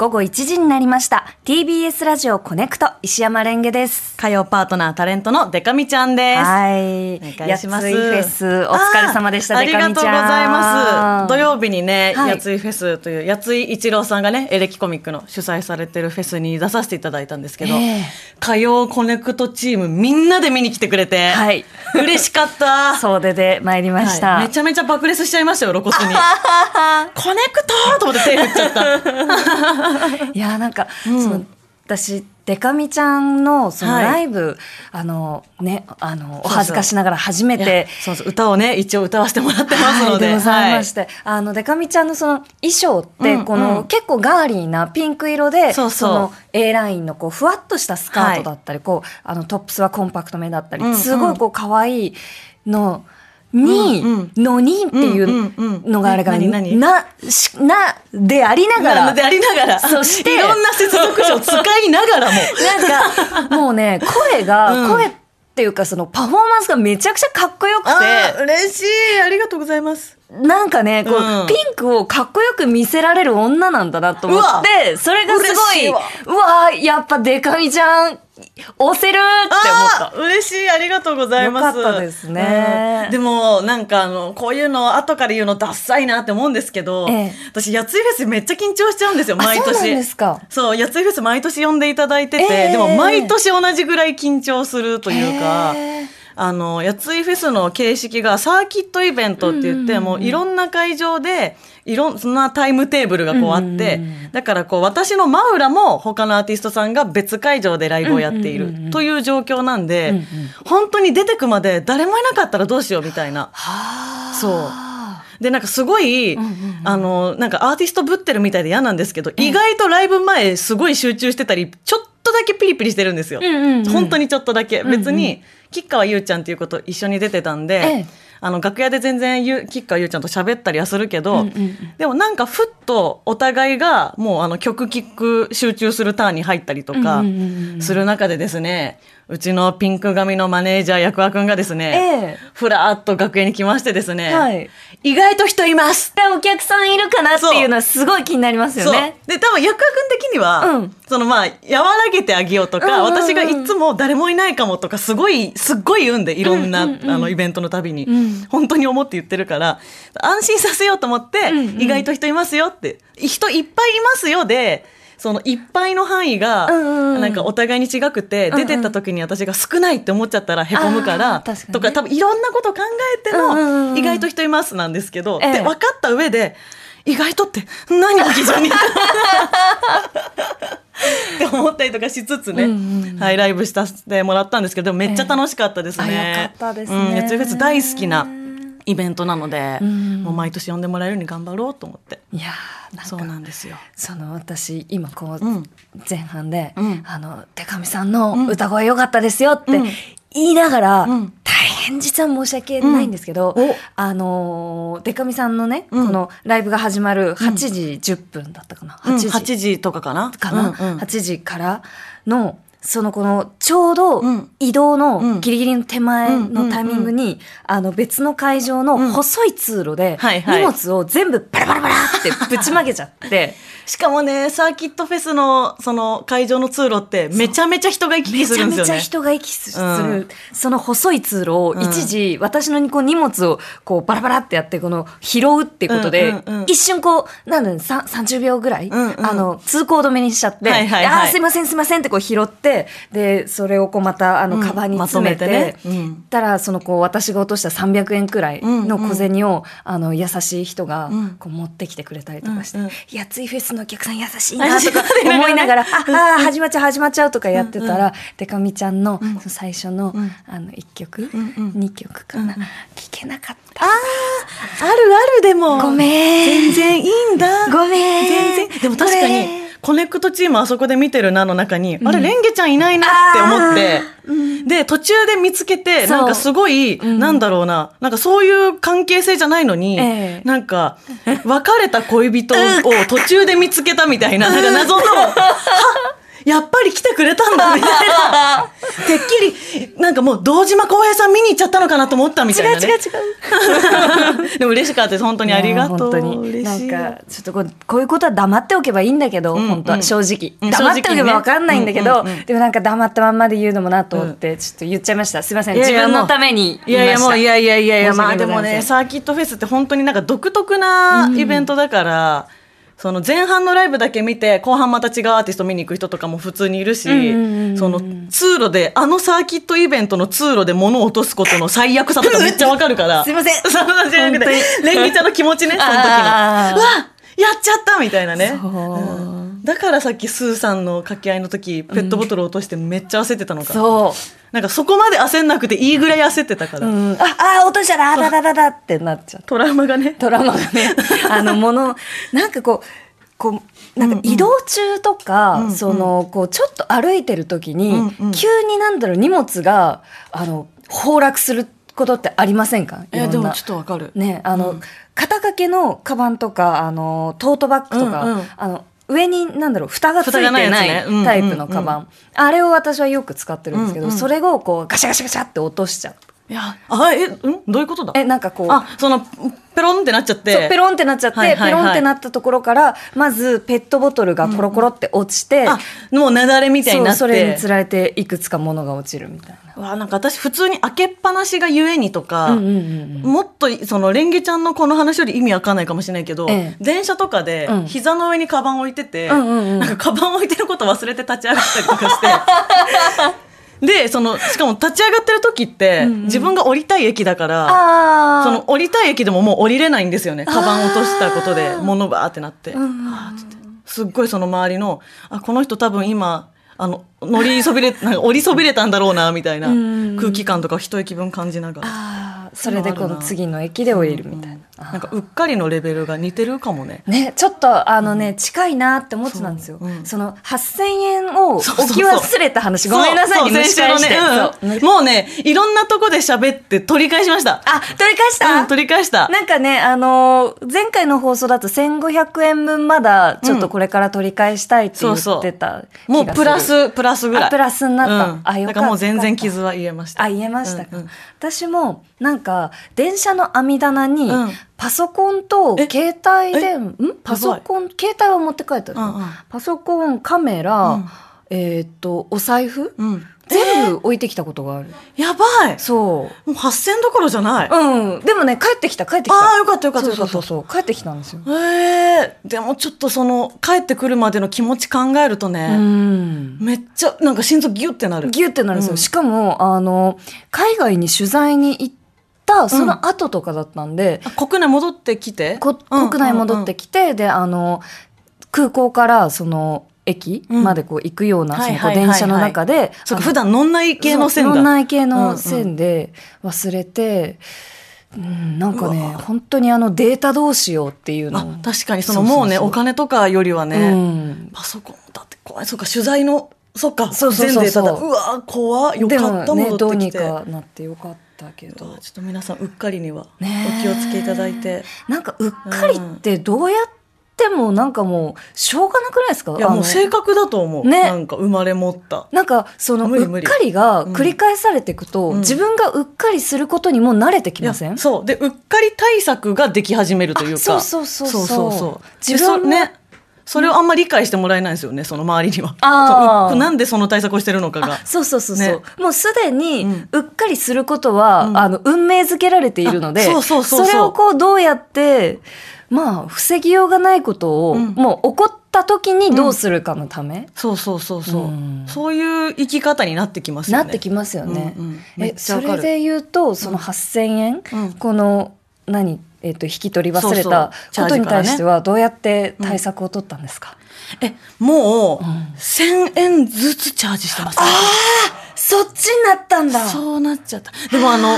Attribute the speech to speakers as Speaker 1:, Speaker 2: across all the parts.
Speaker 1: 午後1時になりました。TBS ラジオコネクト、石山レンゲです。
Speaker 2: 火曜パートナータレントのデカミちゃんです。
Speaker 1: はい。
Speaker 2: お願いします。
Speaker 1: やついフェス、お疲れ様でした、
Speaker 2: あー
Speaker 1: でかみちゃん。
Speaker 2: ありがとうございます。土曜日にね、
Speaker 1: はい
Speaker 2: やついフェスという、やつい一郎さんがね、エレキコミックの主催されてるフェスに出させていただいたんですけど、
Speaker 1: ええ
Speaker 2: 火曜コネクトチームみんなで見に来てくれて、
Speaker 1: はい
Speaker 2: 嬉しかった。
Speaker 1: 総出で参りました。
Speaker 2: はいめちゃめちゃ爆裂しちゃいましたよ、露骨に。コネクトーと思って手振っちゃ った。
Speaker 1: いやーなんか、その私デカミちゃんのその
Speaker 2: はい
Speaker 1: ライブ、あのねあのお
Speaker 2: そう
Speaker 1: 恥ずかしながら初め
Speaker 2: いや
Speaker 1: て
Speaker 2: そうそう、歌をね、一応歌わせてもらってます
Speaker 1: は
Speaker 2: の
Speaker 1: い
Speaker 2: で。
Speaker 1: でござい
Speaker 2: は
Speaker 1: まして、あのデカミちゃんのその衣装って、
Speaker 2: うん
Speaker 1: この、
Speaker 2: うん
Speaker 1: 結構ガーリーなピンク色で
Speaker 2: そうそう
Speaker 1: の A ラインのこうふわっとしたスカートだったり、こうあのトップスはコンパクトめだったり、
Speaker 2: うんうん
Speaker 1: すごいこう可愛いのに、
Speaker 2: うん
Speaker 1: のにってい
Speaker 2: んうん
Speaker 1: う
Speaker 2: うん
Speaker 1: のがあれから、
Speaker 2: な何何
Speaker 1: なしなでありなが
Speaker 2: な
Speaker 1: ら
Speaker 2: のでありながら、
Speaker 1: そして
Speaker 2: いろんな接続詞を使いながら も、
Speaker 1: なんか、もうね、声が、
Speaker 2: うん
Speaker 1: 声っていうか、そのパフォーマンスがめちゃくちゃかっこよくて、
Speaker 2: 嬉しいありがとうございます
Speaker 1: なんかね、こう、
Speaker 2: うん
Speaker 1: ピンクをかっこよく見せられる女なんだなと思って、それがすご
Speaker 2: 嬉し
Speaker 1: い、
Speaker 2: いうわ
Speaker 1: わーやっぱデカミちゃん、押せるって思
Speaker 2: あ
Speaker 1: った。
Speaker 2: ー嬉しいありがとうございます
Speaker 1: よかったですね
Speaker 2: うんでもなんかあのこういうの後から言うのダッサいなって思うんですけど、
Speaker 1: ええ
Speaker 2: 私やついフェスめっちゃ緊張しちゃうんですよ
Speaker 1: あ
Speaker 2: 毎年
Speaker 1: そうなんですか。
Speaker 2: そうやついフェス毎年呼んでいただいてて、
Speaker 1: ええ
Speaker 2: でも毎年同じぐらい緊張するというか、
Speaker 1: へー
Speaker 2: あのやついフェスの形式がサーキットイベントって言って、
Speaker 1: うんうんうん
Speaker 2: もういろんな会場でいろんなタイムテーブルがこうあって、
Speaker 1: うんうんうん
Speaker 2: だからこう私の真裏も他のアーティストさんが別会場でライブをやってい
Speaker 1: うんうんうんう
Speaker 2: る
Speaker 1: ん
Speaker 2: という状況なんで、
Speaker 1: うんうん
Speaker 2: 本当に出てくまで誰もいなかったらどうしようみたいな。
Speaker 1: はあ。
Speaker 2: そうでなんかすごい、
Speaker 1: んうんうん
Speaker 2: あのなんかアーティストぶってるみたいで嫌なんですけど、意外とライブ前すごい集中してたりちょっとだけピリピリしてるんですよ、
Speaker 1: うんうんうん
Speaker 2: 本当にちょっとだけ、
Speaker 1: んうん
Speaker 2: 別に吉川優ちゃんっていうこと一緒に出てたんで、
Speaker 1: ええ
Speaker 2: あの楽屋で全然ゆ吉川優ちゃんと喋ったりはするけど、
Speaker 1: うんうんうん
Speaker 2: でもなんかふっとお互いがもうあの曲聴く集中するターンに入ったりとか
Speaker 1: うんうんうんうん
Speaker 2: する中でですね、うちのピンク髪のマネージャー役和くんがですね、
Speaker 1: ええ
Speaker 2: ふらーっと楽屋に来ましてですね、
Speaker 1: はい
Speaker 2: 意外と人います
Speaker 1: でお客さんいるかなっていうのはすごい気になりますよね。
Speaker 2: そうで多分役割君的には、
Speaker 1: うん
Speaker 2: そのまあ和らげてあげようとか、
Speaker 1: うんうんうん
Speaker 2: 私がいつも誰もいないかもとかすごいすっごい言うんでいろんな、
Speaker 1: うんうんうん
Speaker 2: あのイベントのたびに、
Speaker 1: うん
Speaker 2: 本当に思って言ってるから安心させようと思って、
Speaker 1: うんうん
Speaker 2: 意外と人いますよって人いっぱいいますよで。そのいっぱいの範囲が
Speaker 1: うんうんうん
Speaker 2: なんかお互いに違くて
Speaker 1: うんう
Speaker 2: 出
Speaker 1: ん
Speaker 2: てった時に私が少ないって思っちゃったらへこむから
Speaker 1: あー確かにね
Speaker 2: とか多分いろんなこと考えて
Speaker 1: うんうんう
Speaker 2: の
Speaker 1: ん
Speaker 2: 意外と人いますなんですけど、
Speaker 1: ええ
Speaker 2: で分かった上で意外とって何を基準に って思ったりとかしつつね、
Speaker 1: うんうん
Speaker 2: はい、ライブしたせてもらったんですけどでもめっちゃ楽しかったですね。
Speaker 1: ええあよかったですね
Speaker 2: うん、やつりフェス大好きなイベントなので、
Speaker 1: うん
Speaker 2: もう毎年呼んでもらえるように頑張ろうと思って。
Speaker 1: いやーなんか
Speaker 2: そうなんですよ。
Speaker 1: その私今こう
Speaker 2: うん
Speaker 1: 前半で「
Speaker 2: うん
Speaker 1: あの手紙さんの歌声良かったですよ」って
Speaker 2: うん
Speaker 1: 言いながら、
Speaker 2: うん
Speaker 1: 大変実は申し訳ないんですけど、
Speaker 2: うんお
Speaker 1: あのーデカミさんのね、
Speaker 2: うん
Speaker 1: このライブが始まる8時10分だったかな、
Speaker 2: 8
Speaker 1: 8
Speaker 2: 時
Speaker 1: 時
Speaker 2: とかかな
Speaker 1: かな、
Speaker 2: うんうん
Speaker 1: 8時からのそのこのちょうど
Speaker 2: うん
Speaker 1: 移動
Speaker 2: う
Speaker 1: の
Speaker 2: ん
Speaker 1: ギリギリの手前のタイミングに、あの別の会場の
Speaker 2: うん
Speaker 1: 細い通路で
Speaker 2: はいはい
Speaker 1: 荷物を全部バラバラバラってぶちまけちゃって。
Speaker 2: しかもねサーキットフェスのその会場の通路ってめちゃめちゃ人が行き来
Speaker 1: め
Speaker 2: す
Speaker 1: ち
Speaker 2: る
Speaker 1: ゃ
Speaker 2: んで
Speaker 1: め
Speaker 2: すよね。
Speaker 1: ちゃ人が息する、
Speaker 2: うん
Speaker 1: その細い通路を
Speaker 2: うん
Speaker 1: 一時、私のこう荷物をこうバラバラってやってこの拾うってことで、
Speaker 2: うんうんうん
Speaker 1: 一瞬こうなんだろうさ30秒ぐらい、
Speaker 2: うんうん
Speaker 1: あの通行止めにしちゃって「
Speaker 2: はいはいはい
Speaker 1: あーすいませんすいません」ってこう拾ってでそれをこうまたあ
Speaker 2: う
Speaker 1: の
Speaker 2: ん
Speaker 1: カバンに詰めて,、
Speaker 2: まとめてねうん
Speaker 1: たらそのこう私が落とした300円くらいの小銭を、あの優しい人が
Speaker 2: うん
Speaker 1: こう持ってきてくれたりとかして「
Speaker 2: うんうん
Speaker 1: いやついフェスのお客さん優しい な」とか思いながら「ああー始まっちゃう始まっちゃう」とかやってたらでかみちゃんのその最初の
Speaker 2: ん
Speaker 1: あの1曲
Speaker 2: んうん
Speaker 1: 2曲かな聞けなかった
Speaker 2: あるあるでも。
Speaker 1: ごめん
Speaker 2: 全然いいんだ。
Speaker 1: ごめん
Speaker 2: 全然。でも確
Speaker 1: こ
Speaker 2: かに
Speaker 1: れ、
Speaker 2: コネクトチームあそこで見てるなの中に、あれ、レンゲちゃんいないなって思って、で、途中で見つけて、
Speaker 1: そう
Speaker 2: なんかすごい、
Speaker 1: ん
Speaker 2: なんだろうな、なんかそういう関係性じゃないのに、
Speaker 1: ええ
Speaker 2: なんか、別れた恋人を途中で見つけたみたいな、なんか 謎の、はやっぱり来てくれたんだみたいな。てっきり、なんかもう、堂島康平さん見に行っちゃったのかなと思ったみたいな、ね。
Speaker 1: 違う
Speaker 2: でも嬉しかったです本当にありがとう、
Speaker 1: いや本当に
Speaker 2: 嬉しい
Speaker 1: なんかちょっとこうこういうことは黙っておけばいいんだけど、
Speaker 2: うんうん
Speaker 1: 本当は正直
Speaker 2: うん
Speaker 1: 黙っておけば分かんないんだけど、
Speaker 2: 正直ねうんうんうん
Speaker 1: でもなんか黙ったまんまで言うのもなと思って、ちょっと言っちゃいましたすいません
Speaker 2: いやいや
Speaker 1: 自分のために
Speaker 2: いやいやもういやいやいやいや
Speaker 1: 申し
Speaker 2: まあ
Speaker 1: 訳
Speaker 2: で
Speaker 1: ござい
Speaker 2: も
Speaker 1: ません
Speaker 2: ねサーキットフェスって本当になんか独特なイベントだから、その前半のライブだけ見て後半また違うアーティスト見に行く人とかも普通にいるし、
Speaker 1: うんうんうんうん
Speaker 2: その通路であのサーキットイベントの通路で物を落とすことの最悪さ とかめっちゃわかるから
Speaker 1: すいません
Speaker 2: そんなじゃな
Speaker 1: 本
Speaker 2: くて
Speaker 1: 当に
Speaker 2: レンギちゃんの気持 ちねその時のう
Speaker 1: あー
Speaker 2: わやっちゃったみたいなね
Speaker 1: そう
Speaker 2: うんだからさっきスーさんの掛け合いの時ペットボトル落としてめっちゃ焦ってたのか、
Speaker 1: そ
Speaker 2: なんかそこまで焦んなくていいぐらい焦ってたか
Speaker 1: う、
Speaker 2: ら、
Speaker 1: うん、ああー落としたらあだだだだってなっちゃう
Speaker 2: トラウマがね
Speaker 1: ドラマが ねあのものなんかこうこうなんか移動中とか、
Speaker 2: うんうん
Speaker 1: そのこうちょっと歩いてる時に、
Speaker 2: うんうん
Speaker 1: 急になんだろう荷物があの崩落することってありませんかいろんな
Speaker 2: とわかる
Speaker 1: ねあの、
Speaker 2: うん
Speaker 1: 肩掛けのカバンとかあのトートバッグとか、
Speaker 2: うんうん
Speaker 1: あの上になんだろう蓋がついて
Speaker 2: 蓋がな
Speaker 1: ない
Speaker 2: や
Speaker 1: い
Speaker 2: つねうん
Speaker 1: タイプのカバン、あれを私はよく使ってるんですけど、
Speaker 2: うんうん
Speaker 1: それをこうガシャガシャガシャって落としちゃう
Speaker 2: いやあえうんどういうことだ
Speaker 1: えなんかこう
Speaker 2: あそのペロンってなっちゃって
Speaker 1: そうペロンってなっちゃって、
Speaker 2: はいはいはい
Speaker 1: ペロンってなったところからまずペットボトルがコロコロって落ちて、
Speaker 2: あもうなだれみたいに
Speaker 1: そ
Speaker 2: な
Speaker 1: う
Speaker 2: って
Speaker 1: それにつられていくつかものが落ちるみたいな。
Speaker 2: わなんか私普通に開けっぱなしがゆえにとか、
Speaker 1: うんうんうんうん
Speaker 2: もっとそのレンゲちゃんのこの話より意味わかんないかもしれないけど、
Speaker 1: ええ
Speaker 2: 電車とかで
Speaker 1: うん
Speaker 2: 膝の上にカバン置いてて、
Speaker 1: うんうんうん
Speaker 2: なんかカバン置いてること忘れて立ち上がったりとか して。でそのしかも立ち上がってる時って、
Speaker 1: うんうん
Speaker 2: 自分が降りたい駅だから
Speaker 1: あー
Speaker 2: その降りたい駅でももう降りれないんですよねカバン落としたことで物バーってなって、
Speaker 1: うんうんうん
Speaker 2: あーっつってすっごいその周りのあこの人多分今あの乗りそびれ なんか降りそびれたんだろうなみたいな
Speaker 1: うんうんうん
Speaker 2: 空気感とか一駅分感じながら。
Speaker 1: あーそれでこの次の駅で降りるみたいな。あー
Speaker 2: なんかうっかりのレベルが似てるかもね。
Speaker 1: ね、ちょっとあのね、近いなって思ってたんですよ。そ,、
Speaker 2: そううん
Speaker 1: の8000円を
Speaker 2: そうそう
Speaker 1: 置き忘れた話、ごめんなさいね、
Speaker 2: そう
Speaker 1: 蒸し返して。
Speaker 2: 先週のねうんもうね、いろんなとこで喋って取り返しました。
Speaker 1: あ、取り返した、
Speaker 2: うん、取り返した。
Speaker 1: なんかね、あのー前回の放送だと1500円分まだちょっとこれから取り返したいって言ってた気がする、
Speaker 2: もうプラス、プラスぐら
Speaker 1: あ
Speaker 2: い。
Speaker 1: プラスになった
Speaker 2: うん
Speaker 1: あよかった
Speaker 2: だからもう全然傷は癒えました。
Speaker 1: あ言えましたか、
Speaker 2: うんうん
Speaker 1: 私もなんか電車の網棚に
Speaker 2: うん
Speaker 1: パソコンと
Speaker 2: え
Speaker 1: 携帯でんパソコン携帯は持って帰ったの
Speaker 2: うんうん
Speaker 1: パソコンカメラ、
Speaker 2: うん
Speaker 1: えーっとお財布、
Speaker 2: うん。
Speaker 1: 全部置いてきたことがある、
Speaker 2: やばい
Speaker 1: そう
Speaker 2: もう8000どころじゃない。
Speaker 1: うんでもね帰ってきた帰ってきた
Speaker 2: ああ、よかったよかった
Speaker 1: そう
Speaker 2: よか
Speaker 1: そ
Speaker 2: っ
Speaker 1: う
Speaker 2: た。
Speaker 1: そうそう帰ってきたんですよ、
Speaker 2: ええでもちょっとその、帰ってくるまでの気持ち考えると
Speaker 1: う
Speaker 2: ね、
Speaker 1: ん
Speaker 2: めっちゃ、なんか心臓ギュってなる。
Speaker 1: ギュってなるんですよ、
Speaker 2: うん
Speaker 1: しかもあの海外に取材に行ったその後とかだったんで、
Speaker 2: あ国内戻ってきて
Speaker 1: こ国内戻って
Speaker 2: き
Speaker 1: きて、であの空港からその駅
Speaker 2: うん
Speaker 1: までこう行くような、
Speaker 2: はい
Speaker 1: その
Speaker 2: はいはい
Speaker 1: 電車の中で、
Speaker 2: そ
Speaker 1: あ
Speaker 2: うか
Speaker 1: の
Speaker 2: 普段乗んない系の線
Speaker 1: そう
Speaker 2: だ
Speaker 1: 脳内系の線で忘れて、うんなんかね
Speaker 2: うわ
Speaker 1: 本当にあのデータどうしようっていうのを
Speaker 2: あ確かにそ
Speaker 1: そ
Speaker 2: の
Speaker 1: うそうそう
Speaker 2: もうねお金とかよりは
Speaker 1: う
Speaker 2: ね、
Speaker 1: ん
Speaker 2: パソコンだって怖いそうか取材のそっか
Speaker 1: そうそうそうそう
Speaker 2: 全データだうわ怖いよ
Speaker 1: で
Speaker 2: か
Speaker 1: も
Speaker 2: った
Speaker 1: ねど
Speaker 2: 戻
Speaker 1: う
Speaker 2: って
Speaker 1: に
Speaker 2: きて、
Speaker 1: かなってよかったけ
Speaker 2: う
Speaker 1: ど
Speaker 2: わちょっと皆さんうっかりにはお
Speaker 1: ねえ
Speaker 2: 気をつけいただいて、
Speaker 1: なんかうっかりってどうやってもなんかもうしょうがなくないですか
Speaker 2: いや
Speaker 1: あの
Speaker 2: もう性格だと思う、
Speaker 1: ね
Speaker 2: なんか生まれ持った
Speaker 1: なんかその
Speaker 2: 無理
Speaker 1: う
Speaker 2: 無
Speaker 1: っ
Speaker 2: 理
Speaker 1: かりが繰り返されていくと、
Speaker 2: うん
Speaker 1: 自分がうっかりすることにも慣れてき
Speaker 2: いや
Speaker 1: ません
Speaker 2: そうでうっかり対策ができ始めるというか
Speaker 1: そうそうそうそう
Speaker 2: そうそう
Speaker 1: 自分
Speaker 2: で
Speaker 1: も
Speaker 2: そねそれをあんまり理解してもらえないんですよねその周りには
Speaker 1: あー
Speaker 2: そううなんでその対策をしてるのかが
Speaker 1: あそうそうそうそう、
Speaker 2: ね
Speaker 1: もうすでに
Speaker 2: うん
Speaker 1: うっかりすることは、
Speaker 2: うん
Speaker 1: あの運命づけられているので
Speaker 2: あそうそうそうそう
Speaker 1: れをこうどうやってまあ防ぎようがないことを、
Speaker 2: うん
Speaker 1: もう起こった時にどうするかのため、
Speaker 2: そうそうそうそう、
Speaker 1: うん
Speaker 2: そういう生き方になってきますよ
Speaker 1: な
Speaker 2: ね
Speaker 1: ってきますよね。
Speaker 2: うんうんめ
Speaker 1: え
Speaker 2: っちゃ
Speaker 1: そ
Speaker 2: わか
Speaker 1: れ
Speaker 2: る
Speaker 1: で言うとその8,000円、
Speaker 2: うん
Speaker 1: この何、えっと引き取り忘れた
Speaker 2: そうそう
Speaker 1: ことに対
Speaker 2: チャージからね
Speaker 1: してはどうやって対策を取ったんですか、
Speaker 2: えもう、
Speaker 1: ん
Speaker 2: 1000円ずつチャージしてます、
Speaker 1: そっちになったんだそう
Speaker 2: そうなっちゃったでもあの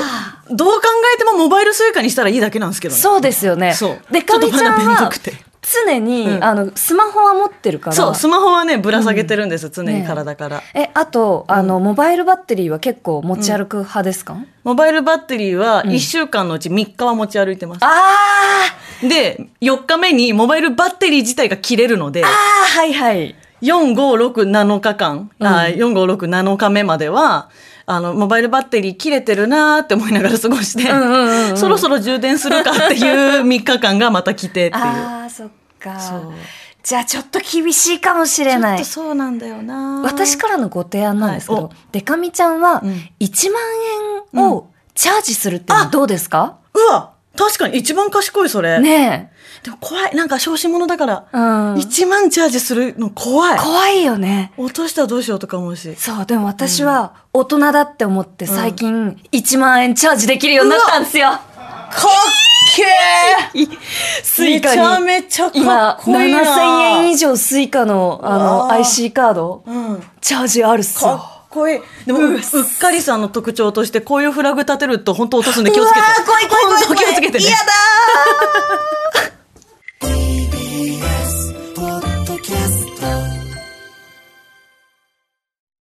Speaker 2: どう考えてもモバイルスイカにしたらいいだけなんですけどね
Speaker 1: ですよね
Speaker 2: そう
Speaker 1: でかみちゃん
Speaker 2: ょっとまだめんど
Speaker 1: は
Speaker 2: くて
Speaker 1: 常に、
Speaker 2: うん
Speaker 1: あのスマホは持ってるから
Speaker 2: そうスマホはねぶら下げてるんです、常
Speaker 1: ね
Speaker 2: に
Speaker 1: え
Speaker 2: 体から
Speaker 1: えあとあの、モバイルバッテリーは結構持ち歩く派ですか、
Speaker 2: モバイルバッテリーは
Speaker 1: ん
Speaker 2: 1週間のうち3日は持ち歩いてます、
Speaker 1: あ
Speaker 2: で4日目にモバイルバッテリー自体が切れるので
Speaker 1: あはいはい
Speaker 2: 4567日間、あ
Speaker 1: う
Speaker 2: 4567日目まではあの、モバイルバッテリー切れてるなーって思いながら過ごして、
Speaker 1: うんうんうんうん
Speaker 2: そろそろ充電するかっていう3日間がまた来てっていう。
Speaker 1: ああそっか
Speaker 2: そう
Speaker 1: じゃあちょっと厳しいかもしれ
Speaker 2: ちょっ
Speaker 1: ない
Speaker 2: とそうなんだよなー
Speaker 1: 私からのご提案なんですけど、
Speaker 2: はい
Speaker 1: デカミちゃんは
Speaker 2: うん
Speaker 1: 1万円をチャージするっていうのはどうですか、
Speaker 2: うわ確かに一番賢いそれ。
Speaker 1: ね
Speaker 2: でも怖い。なんか小心者だから
Speaker 1: え、、うん、
Speaker 2: 1万チャージするの怖い。
Speaker 1: 怖いよね
Speaker 2: 落としたらどうしようとか思うし。
Speaker 1: そうでも私は大人だって思って最近1万円チャージできるようになったんですよ、
Speaker 2: かっけえ
Speaker 1: ス
Speaker 2: め
Speaker 1: イ
Speaker 2: ち
Speaker 1: カに
Speaker 2: ゃめちゃか
Speaker 1: 今
Speaker 2: っこいいな。
Speaker 1: 7000円以上スイカのあ
Speaker 2: う
Speaker 1: の
Speaker 2: わ
Speaker 1: IC カード
Speaker 2: うん。
Speaker 1: チャージあるっすよ
Speaker 2: かっこいい。でも、ううっかりさんの特徴として、こういうフラグ立てると本当落とすんで気をつけて。
Speaker 1: うわー怖い怖い怖い怖い
Speaker 2: 本当気をつけてね。
Speaker 1: 嫌だ